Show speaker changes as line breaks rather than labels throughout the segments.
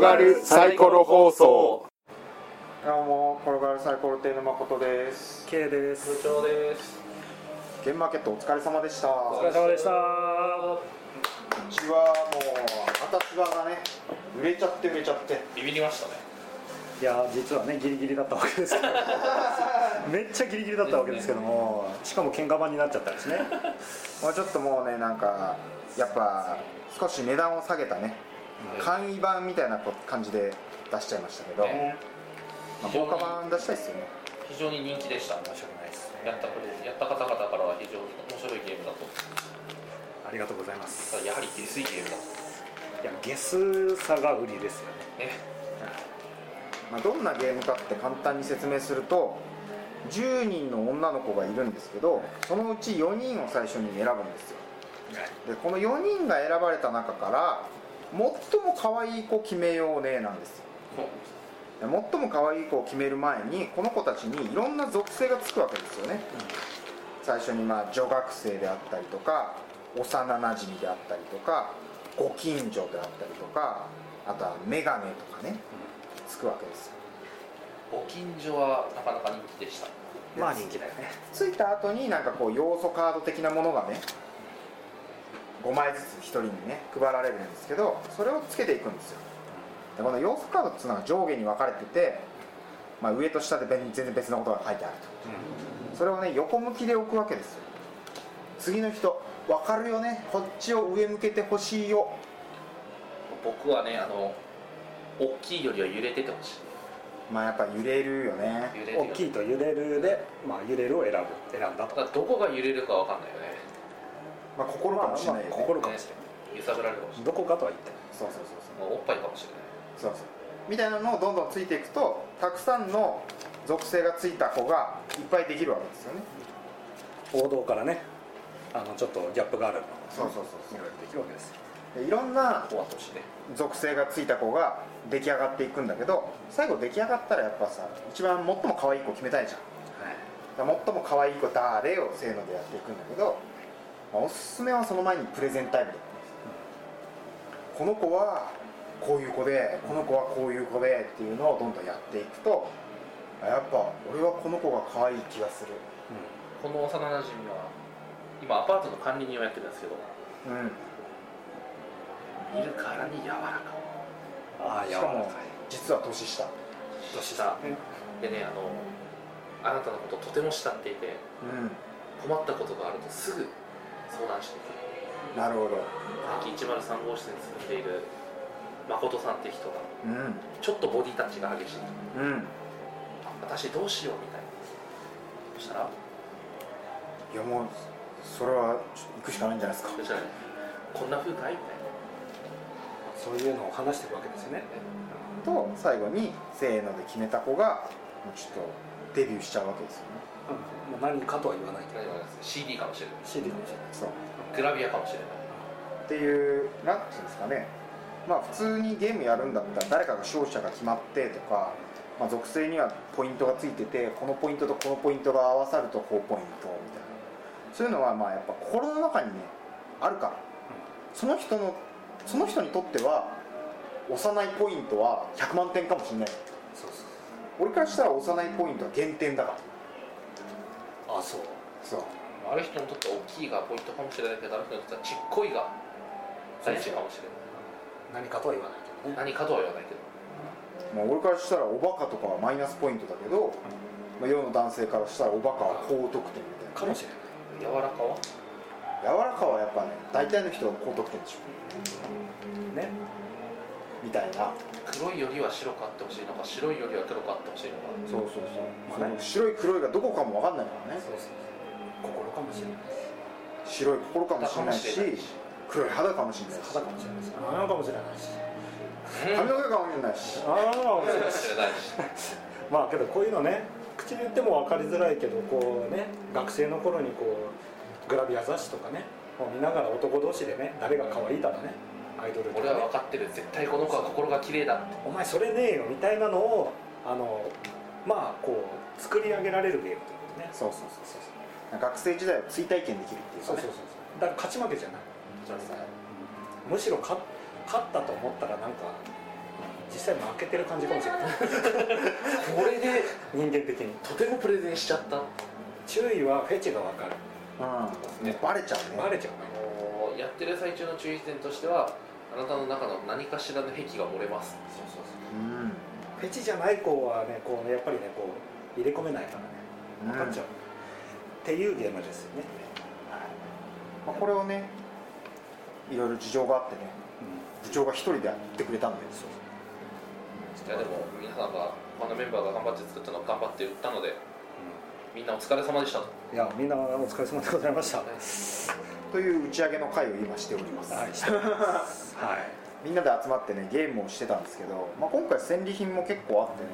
がるサイコロ放送
どうも転がるサイコロ亭の誠です
K です
部長です
ゲームマーケットお疲れ様でした
お
う
疲れ様でした
ちはもう私はがね売れちゃって売れちゃって
ビビりましたね
いや実はねギリギリだったわけですけ どめっちゃギリギリだったわけですけどもしかも喧嘩版になっちゃったんですね
まあちょっともうねなんかやっぱ少し値段を下げたね簡易版みたいなこ感じで出しちゃいましたけど、
ね
まあ、豪華版出したいですよね
非常に人気でした面白くないですやったことやった方々からは非常に面白いゲームだと
ありがとうございます
ただやはり下水ゲームだと
いやゲスさが売りですよね
ね
まあ、どんなゲームかって簡単に説明すると10人の女の子がいるんですけどそのうち4人を最初に選ぶんですよでこの4人が選ばれた中から最も可愛い子決めようねなんですよ
こ
で最も可愛い子を決める前にこの子たちにいろんな属性がつくわけですよね、最初にまあ女学生であったりとか幼なじみであったりとかご近所であったりとかあとは眼鏡とかねつくわけですよ
うご近所はなかなか人気でした
まあ人気だよね
ついた後になんかこう要素カード的なものがね5枚ずつ1人にね配られるんですけどそれをつけていくんですよでこの要素カードっていうのが上下に分かれてて、まあ、上と下で別に全然別のことが書いてあるとそれをね横向きで置くわけですよ次の人分かるよねこっちを上向けてほしいよ
僕はねあの大きいよりは揺れててほし
まあやっぱ揺れるよね
い揺れて
大
る
きいと揺れるで、まあ、揺れるを選ぶ選んだ
た
と
だどこが揺れるかわかんないよね
まあ心かもしれないよね、
まあまあ心かもしれ
ね揺さぶられるかもし
ないど
れ
こかとは言って
そうそうそうそう
ないもうおっぱいかもしれない
そうそうみたいなのをどんどんついていくとたくさんの属性がついた子がいっぱいできるわけですよね
ない王道からねあのちょっとギャップがあるの
そうそう
い
そう
ろいろできるわけですよ
そうでいろんな
ここは年ね
属性がついた子が出来上がっていくんだけど最後出来上がったらやっぱさ一番最も可愛い子決めたいじゃんだから最も可愛い子誰をせーのでやっていくんだけど、まあおすすめはその前にプレゼンタイムだよねこの子はこういう子でこの子はこういう子でっていうのをどんどんやっていくとあやっぱ俺はこの子が可愛い気がする
この幼馴染は今アパートの管理人をやってるんですけど
うん
見るからに柔らか
ああ柔
し
ら
か
か
も実は年下
年下でねあのあなたのこととても慕っていて
う
困ったことがあるとすぐ相談してくる
んなるほど
最近103号室に住んでいる誠さんって人が
うん
ちょっとボディタッチが激しい
うん
私どうしようみたいなそしたら
いやもうそれは行くしかないんじゃないですか
そしたらねこんな風かいみたいな
もそういうのを話していくわけですよね
と最後にせーので決めた子がもうちょっとデビューしちゃうわけですよね
うんまあ何かとは言わないけど
何がです CD かもしれない
CD かもしれない
そう
グラビアかもしれない
っていうなんていうんですかねまあ普通にゲームやるんだったら誰かが勝者が決まってとか、まあ、属性にはポイントがついててこのポイントとこのポイントが合わさると高ポイントみたいなそういうのはまあやっぱ心の中にねあるからその人のその人にとっては幼いポイントは100万点かもしれない
そうそ
俺からしたら幼いポイントは減点だから
うあそう
そう
ある人にとっては大きいがポイントかもしれないけどある人にとってはちっこいが大事かもしれな
何かとは言わないけどね
い何かとは言わないけど
まあ、俺からしたらおバカとかはマイナスポイントだけど、まあ、世の男性からしたらおバカは高得点みたいな
かもしれない
柔らかは
柔らかはやっぱね大体の人は高得点でしょ
ね
みたいな
黒いよりは白くあってほしいのか白いよりは黒くあってほしいのか
そうそうそう、
まあ
そ
ね
の白い黒いがどこかも分かんないからね
そうそう心かもしれない
白い心かもしれないし
かもしれないし
黒い肌かもしれないし
肌かもしれないし穴かもしれないし
髪の毛かもしれないし
あ
かもしれないし
まあけどこういうのね口で言っても分かりづらいけどこうね学生の頃にこうグラビア雑誌とかねを見ながら男同士でね誰が可愛いだろねアイドルとか、ね
俺、は分かってる絶対この子は心が綺麗だって
お前それねえよみたいなのをあのまあこう作り上げられるゲームってことね
そうそうそうそう学生時代を追体験できるっていうか
そう
ね
そうそうそうだから勝ち負けじゃないむしろ勝勝ったと思ったらなんか実際負けてる感じかもしれない
これで
人間的に
とてもプレゼンしちゃった
注意はフェチが分かる
うん、
ね
バレちゃう
バ
ね
レちゃうね
あのやってる最中の注意点としてはあなたの中の何かしらの癖が漏れますそうそう
うん
フェチじゃない子はねこうねやっぱりねこう入れ込めないからね分かっちゃう、っていうゲームですよね、
まあ、これをねいろいろ事情があってね部長が一人でやってくれたんですよ
いやでも皆さんが他のメンバーが頑張って作ったのを頑張って売ったのでみんなお疲れ様でしたと
いやみんなお疲れ様でございました、
という打ち上げの会を今しております、
はい、してます。はい。
みんなで集まってねゲームをしてたんですけど、まあ、今回戦利品も結構あってね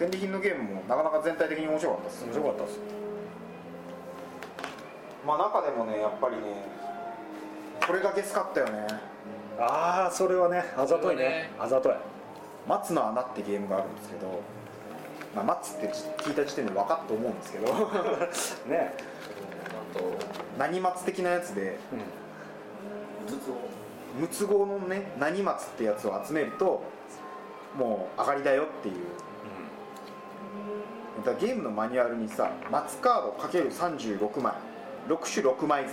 戦利品のゲームもなかなか全体的に面白かったです
面白かったです。
まあ中でもねやっぱりねこれがゲスかったよね
ああ、それはね、あざといね。あざとい。
「松の穴」ってゲームがあるんですけど、まあ、松って聞いた時点で分かっと思うんですけど
ね。
なんと
何松的なやつで
うん。
ムツゴのね何松ってやつを集めるともう上がりだよっていうだからゲームのマニュアルにさ松カード ×36 枚6種6枚ず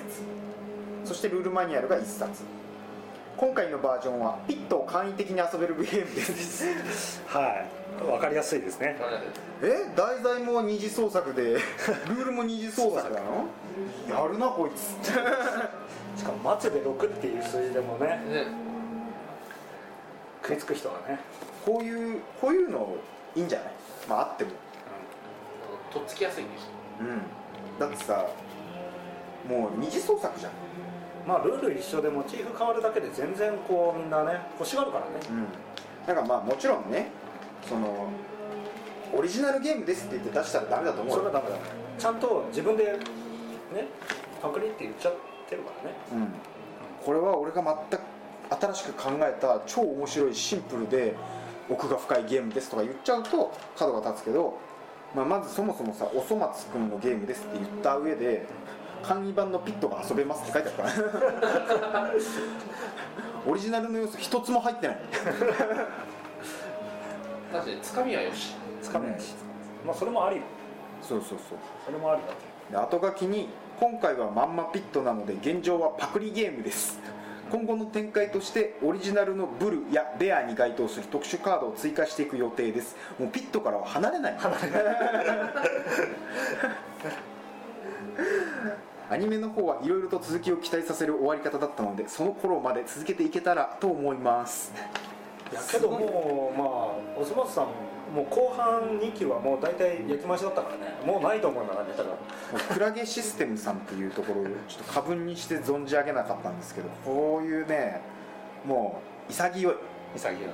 つそしてルールマニュアルが1冊今回のバージョンはピットを簡易的に遊べるゲームです
はい。わかりやすいですね。
え題材も二次創作 でルールも二次創作なのやるなこい つ
しかも、松で六っていう数字でもね、
ね
食いつく人はね。
こういうこういうのいいんじゃないまああっても
あのとっつきやすいんです
うんだってさもう二次創作じゃん
まあ、ルール一緒でモチーフ変わるだけで、全然こう、みんなね、欲しがるからね。
うん、なんかまあもちろんねそのオリジナルゲームですって言って出したらダメだと思う
それは
よ
ダメだ。ちゃんと自分で。ね。パクリって言っちゃってるからね。
うん、これは俺が全く新しく考えた超面白いシンプルで奥が深いゲームですとか言っちゃうと角が立つけど、まあ、まずそもそもさ「おそ松くんのゲームです」って言った上で簡易版のピットが遊べますって書いてあるから オリジナルの要素一つも入ってない
だってつかみはよし
つかめないし。まあ、それもありよ。
そうそうそう
それもありだって。
で後書きに「今回はまんまピットなので現状はパクリゲームです」今後の展開としてオリジナルのブルやベアに該当する特殊カードを追加していく予定ですもうピットからは離れない離れないアニメの方はいろいろと続きを期待させる終わり方だったのでその頃まで続けていけたらと思います
いやけどもうまあおそ松さんもう後半2期はもう大体焼き増しだったからねもうないと思うんだからネタが
クラゲシステムさんっていうところをちょっと過分にして存じ上げなかったんですけどこういうねもう潔い
潔いよね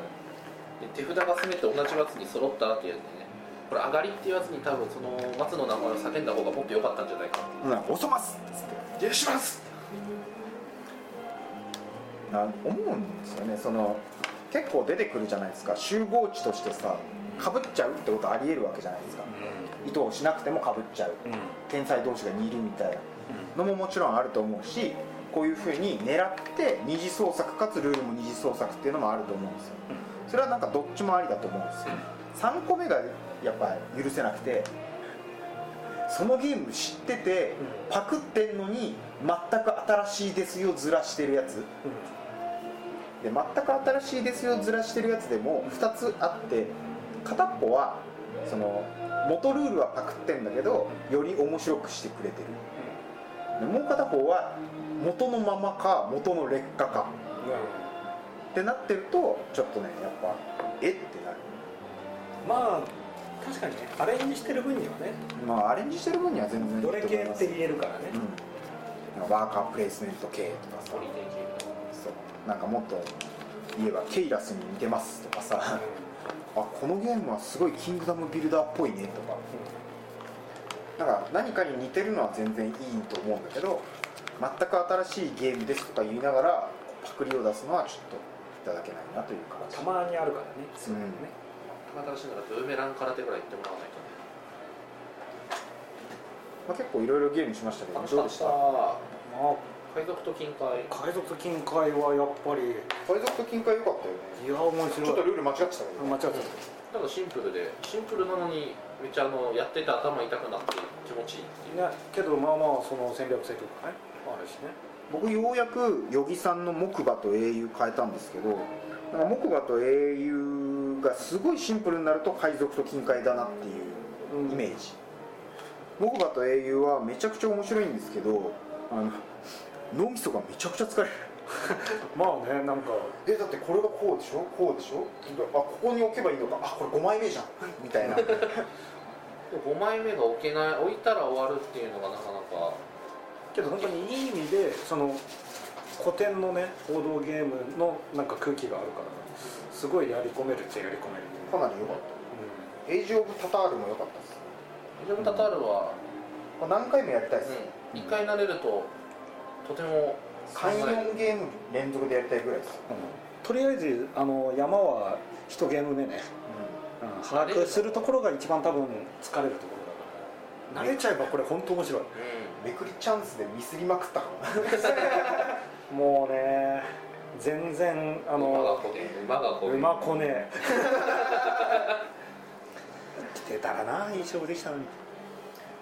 で手札が全て同じ松に揃ったっていうやつでねこれ上がりっていうやつに多分その松の名前を叫んだ方がもっと良かったんじゃないかっ
うん、おそますっつって
て許します
な思うんですよねその結構出てくるじゃないですか集合値としてさかぶっちゃうってことありえるわけじゃないですか意図をしなくてもかぶっちゃう
うんうん
天才同士が似るみたいなのももちろんあると思うしこういうふうに狙って二次創作かつルールも二次創作っていうのもあると思うんですよそれはなんかどっちもありだと思うんですよ3個目がやっぱ許せなくてそのゲーム知ってて
う
パクってんのに全く新しいですよずらしてるやつで全く新しいですよずらしてるやつでも2つあって片っぽはその元ルールはパクってんだけどより面白くしてくれてるでもう片方は元のままか元の劣化か
うんうん
ってなってるとちょっとねやっぱえってなる
まあ確かにねアレンジしてる分にはね
まあアレンジしてる分には全然いいと
どれ
思
系
い
っ
ます
て言えるからね
うん、ワーカープレイスメント系とかさ
ポリテンキ
そうなんかもっと言えばケイラスに似てますとかさあこのゲームはすごいキングダムビルダーっぽいねとかなんか何かに似てるのは全然いいと思うんだけど全く新しいゲームですとか言いながらパクリを出すのはちょっといただけないなという感じ
たまにあるからねそうね
新しいならブーメラン空手ぐらい行ってもらわないとね
まあ、結構いろいろゲームしましたけどどうでした
あ
ま
海賊と金塊
あ海賊と金塊はやっぱり
海賊と金塊良かったよ
い
ね
や面白い
ちょっとルール間違ってたけど、
間違ってた
なんかシンプルでシンプルなのにめっちゃあのやってて頭痛くなって気持ちいいっていう
ねけどまあまあその戦略性というかねあるしね
僕ようやく与儀さんの木馬と英雄変えたんですけどなんか木馬と英雄がすごいシンプルになると海賊と金塊だなっていうイメージ、木馬と英雄はめちゃくちゃ面白いんですけどあの脳みそがめちゃくちゃ疲れる
まあねなんか
えだってこれがこうでしょこうでしょあここに置けばいいのかあこれ5枚目じゃんみたい な
5枚目が置けない置いたら終わるっていうのがなかなか
けど本当にいい意味でその古典のね報道ゲームのなんか空気があるからすごいやり込めるっちゃやり込める、
かなり良かったエイジ・オブ・タタールも良かったです
ジョブ・タタールは、
これ何回もやりたいです、
うん、1回慣れるととても
34ゲーム連続でやりたいぐらいです、
うんとりあえずあの山は一ゲーム目ね、うん、把握するところが一番多分疲れるところだから慣れちゃえばこれ本当面白い
めくりチャンスでミスりまくったから
もうね全然あ
あの馬が
の
こげ馬が
馬こ
こげ
ね 来てたらな印象できたのに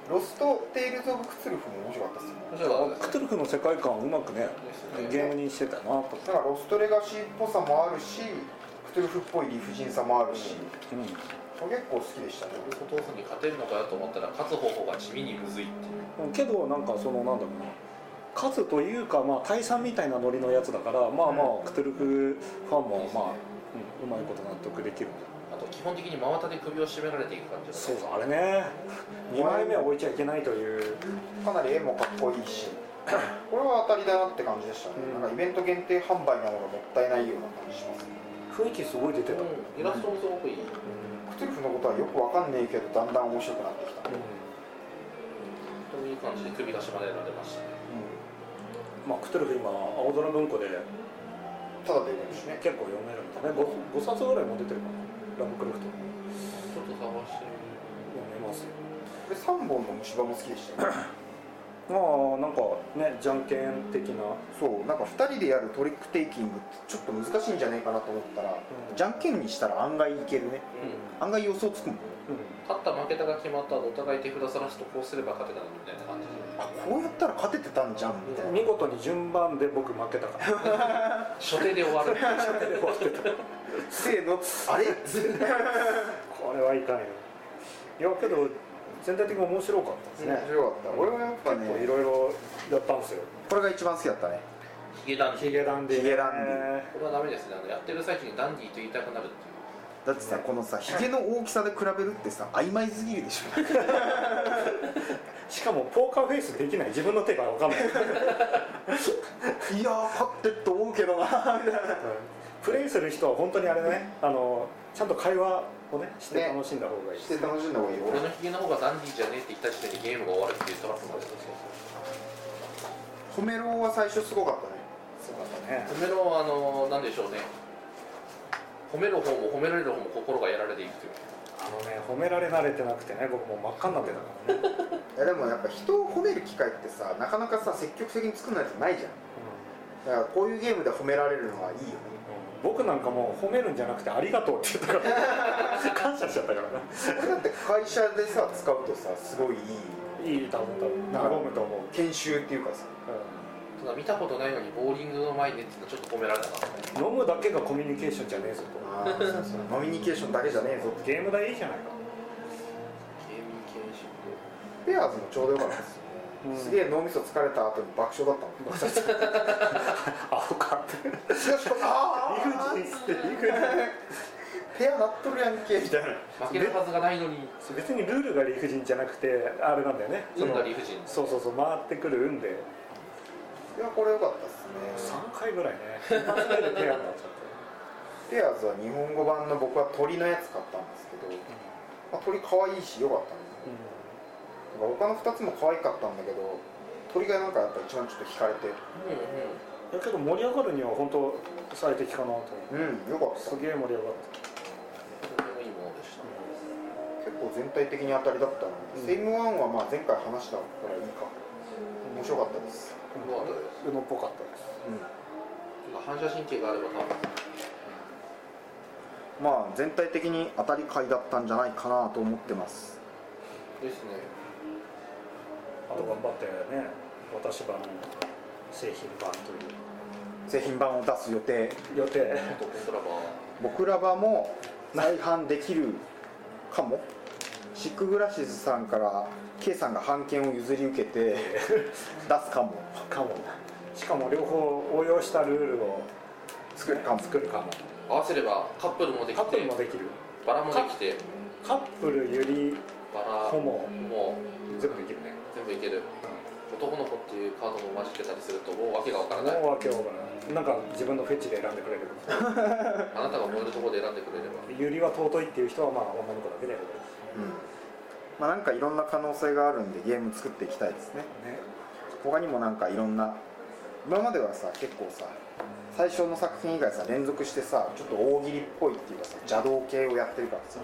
ロスト・テイルズ・オブ・クツルフも面白かったですよね
面白かった
ク
です
トゥルフの世界観をうまくね
ですね
ゲームにしてたなと、
だからロスト・レガシーっぽさもあるしクトゥルフっぽい理不尽さもある
う
し、
ん、
これ結構好きでしたね
お父さんに勝てるのかよと思ったら勝つ方法が地味にむずいっていう
けどなんかそのなんだろうな数というかまあ大賛みたいなノリのやつだからまあまあクトゥルフファンもまあ、うん、うまいこと納得できるんだ
あと基本的に真綿で首を絞められていく感じだね
そうだあれね2枚目は置いちゃいけないという
かなり絵もかっこいいし これは当たりだなって感じでしたね、
うん
なんかイベント限定販売なのがもったいないような感じしますね
雰囲気すごい出てた、うん
うんイラストもすごくいい
クトゥルフのことはよくわかんねえけどだんだん面白くなってきた、
といい感じで首が絞められましたね
まあクトゥルフ今青空文庫で
ただで読めるしね
結構読めるんだね 5, 5冊ぐらいも出てるかなラムクルフト
ちょっと探してみる
読めますよ
で3本の虫歯も好きでしたね
まあなんかねじゃんけん的な
そうなんか2人でやるトリックテイキングってちょっと難しいんじゃないかなと思ったら、
うん
じゃんけんにしたら案外いけるね
うん
案外予想つくもん
う
勝った負けたが決まったお互い手札さらすとこうすれば勝てたのにみたいな感じで
あこうやったら勝ててたんじゃんみたい
ん、
な
見事に順番で僕負けた から
初手で終 わる
終わってた
せーのあれ
これはいかんよいやけど全体的に面白かったですね
面、白かった俺はやっぱ
結構い
ね
ろいろやったんですよ
これが一番好きだったね
ヒゲダンデ
ヒ
ィ
ゲダンディね
ヒゲダン
これはダメですねあのやってる最中にダンディと言いたくなるって
だってさこのさヒゲの大きさで比べるってさ曖昧すぎるでしょ
しかもポーカーフェイスできない自分の手が分かんない
いやー勝ってって思うけどな
プレイする人は本当にあれだねあのちゃんと会話をねして
ね
楽しんだ方がいい、
して楽しんだ方がいいよ
いう俺のヒゲの方がダンディじゃねえって言った時点でゲームが終わるって言ってますもんね
褒めろは最初すごかったね
そうだったね
褒めろあのなんでしょうね褒める方も褒められる方も心がやられていくという
あのね褒められ慣れてなくてね僕もう真っ赤になってた からね、
いやでもやっぱ人を褒める機会ってさなかなかさ積極的に作んないとないじゃんだからこういうゲームで褒められるのはいいよね
うん僕なんかもう褒めるんじゃなくて「ありがとう」って言ったから 感謝しちゃったからね
これだって会社でさ使うとさすごいいい
いい多分多分和むと思う、
研修っていうかさ
ただ見たことないのにボーリングの前でっていうのはちょっと褒められなかったね
飲むだけがコミュニケーションじゃねえぞと
あーそうそうノミニケーションだけじゃねえぞ
ゲーム代いいじゃないか
ゲーム系シ
ペアーズもちょうどよかったですよ
うん
ねすげえ脳みそ疲れた後に爆笑だったもん
アホかって
あ
理不尽っつって理不
ペアなっとるやんけみたいな
負けるはずがないのに
尽別にルールが理不尽じゃなくてあれなんだよねそ
運
の
が理不尽
そうそうそう回ってくる運で
いやこれよかったですね
3回ぐらいね一発目でペアになっちゃっ
ペアーズは日本語版の僕は鳥のやつ買ったんですけど、まあ、鳥可愛いしよかったんです
て、
ねなんか他の2つも可愛かったんだけど鳥がなんかやっぱ一番ちょっと惹かれて
うんうん
いやけど盛り上がるには本当最適かなと思う
うんよかった
すげえ盛り上がっ
とてもいいものでした
結構全体的に当たりだったので、
うん
セイムワンはまあ前回話したからいいか面白かったです
た
かったです
宇野っぽかったです
反射神経があれば多分
まあ全体的に当たり買いだったんじゃないかなと思ってます
ですね
あと頑張ってね私版製品版とい
製品版を出す予定
う予定
あと僕らは
僕らばも再販できるかもシックグラシズさんから K さんが版権を譲り受け て出すかも
かもしかも両方応用したルールを
作るかも
作るかも
合わせればカップルもで
カ
き
ップル
て
もできる
バラもできて
カップルゆり
バラ
ホモ
も
全部できるね、
全部いける男の子っていうカードも混じってたりするともう訳がわから
うん、
ない
もうわけわからないなんか自分のフェチで選んでくれる
あなたが燃えるところで選んでくれれば
ゆりは尊いっていう人はまあ女の子だけだよね
うんまあ、なんかいろんな可能性があるんでゲーム作っていきたいですね他にもなんかいろんな今まではさ結構さ最初の作品以外さ連続してさちょっと大喜利っぽいっていうかさ邪道系をやってるからさ、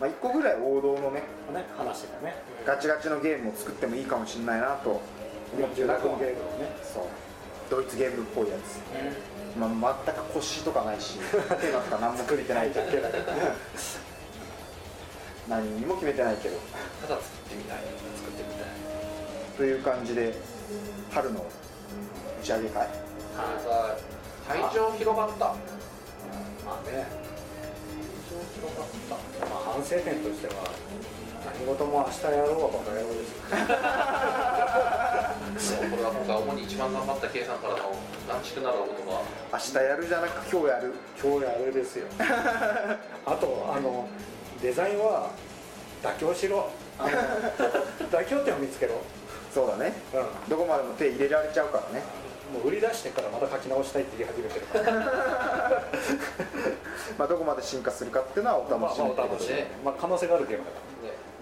まあ、1個ぐらい王道のね
うんね話だね
ガチガチのゲームを作ってもいいかもしれないなと思っ
46
てる
の
中
ゲームをね
そうドイツゲームっぽいやつ、まあ、全く腰とかない し手なんか何も決めてないじゃん
ゲームだね
何にも決めてないけど
ただ作ってみたい作ってみたい
という感じで春の打ち上げ会
会場広がった
まあねまあ、反省点としては何事も明日やろうはバカ野郎ですよ
これは僕が主に一番頑張った計算からの難しくなる言葉
明日やるじゃなく今日やる
今日やるですよあとあのデザインは妥協しろあの 妥協点を見つけろ、
そうだね
うん、
どこまでも手入れられちゃうからね
もう売り出してからまた書き直したいって言い始めてるから
まあどこまで進化するかっていうのはお
まあま
楽し
あ
み
お楽しみ、まあ、可能性があるゲームだか
ね